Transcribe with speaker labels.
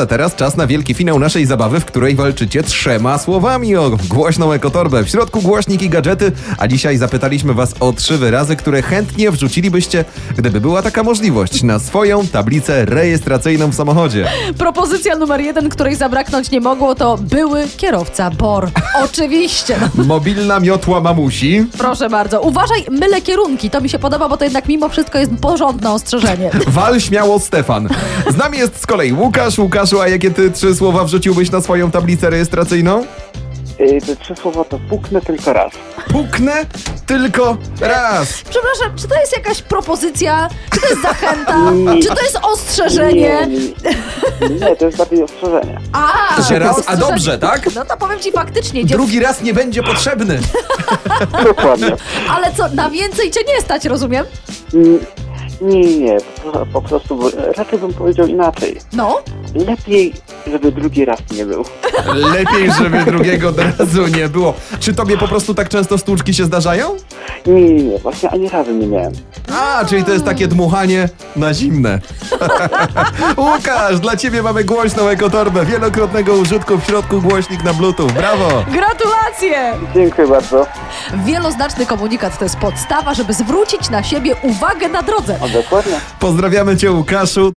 Speaker 1: a teraz czas na wielki finał naszej zabawy, w której walczycie trzema słowami o głośną ekotorbę. W środku głośnik i gadżety, a dzisiaj zapytaliśmy was o trzy wyrazy, które chętnie wrzucilibyście, gdyby była taka możliwość, na swoją tablicę rejestracyjną w samochodzie.
Speaker 2: Propozycja numer jeden, której zabraknąć nie mogło, to były kierowca BOR. Oczywiście. No.
Speaker 1: Mobilna miotła mamusi,
Speaker 2: Proszę bardzo. Uważaj, mylę kierunki. To mi się podoba, bo to jednak mimo wszystko jest porządne ostrzeżenie.
Speaker 1: wal śmiało Stefan. Z nami jest z kolei Łukasz. Łukaszu, a jakie ty trzy słowa wrzuciłbyś na swoją tablicę rejestracyjną?
Speaker 3: Yy, te trzy słowa to puknę tylko raz.
Speaker 1: Puknę tylko raz.
Speaker 2: Przepraszam, czy to jest jakaś propozycja? Czy to jest zachęta? Czy to jest ostrzeżenie?
Speaker 3: Nie, nie, to jest bardziej ostrzeżenie.
Speaker 2: A,
Speaker 1: To się raz, a
Speaker 2: ostrzeżenie.
Speaker 1: dobrze, tak?
Speaker 2: No to powiem ci faktycznie, dziewczyny.
Speaker 1: Drugi raz nie będzie potrzebny.
Speaker 3: Dokładnie.
Speaker 2: Ale co, na więcej cię nie stać, rozumiem?
Speaker 3: Mm, Nie, nie, po, pro- po prostu bo- raczej bym powiedział inaczej.
Speaker 2: No.
Speaker 3: Lepiej, żeby drugi raz nie był.
Speaker 1: Lepiej, żeby drugiego od razu nie było. Czy tobie po prostu tak często stłuczki się zdarzają?
Speaker 3: Nie, nie, nie, właśnie ani razu nie miałem.
Speaker 1: A, czyli to jest takie dmuchanie na zimne. Łukasz, dla ciebie mamy głośną ekotorbę wielokrotnego użytku w środku głośnik na bluetooth. Brawo!
Speaker 2: Gratulacje!
Speaker 3: Dziękuję bardzo.
Speaker 2: Wieloznaczny komunikat to jest podstawa, żeby zwrócić na siebie uwagę na drodze.
Speaker 3: A dokładnie.
Speaker 1: Pozdrawiamy cię Łukaszu.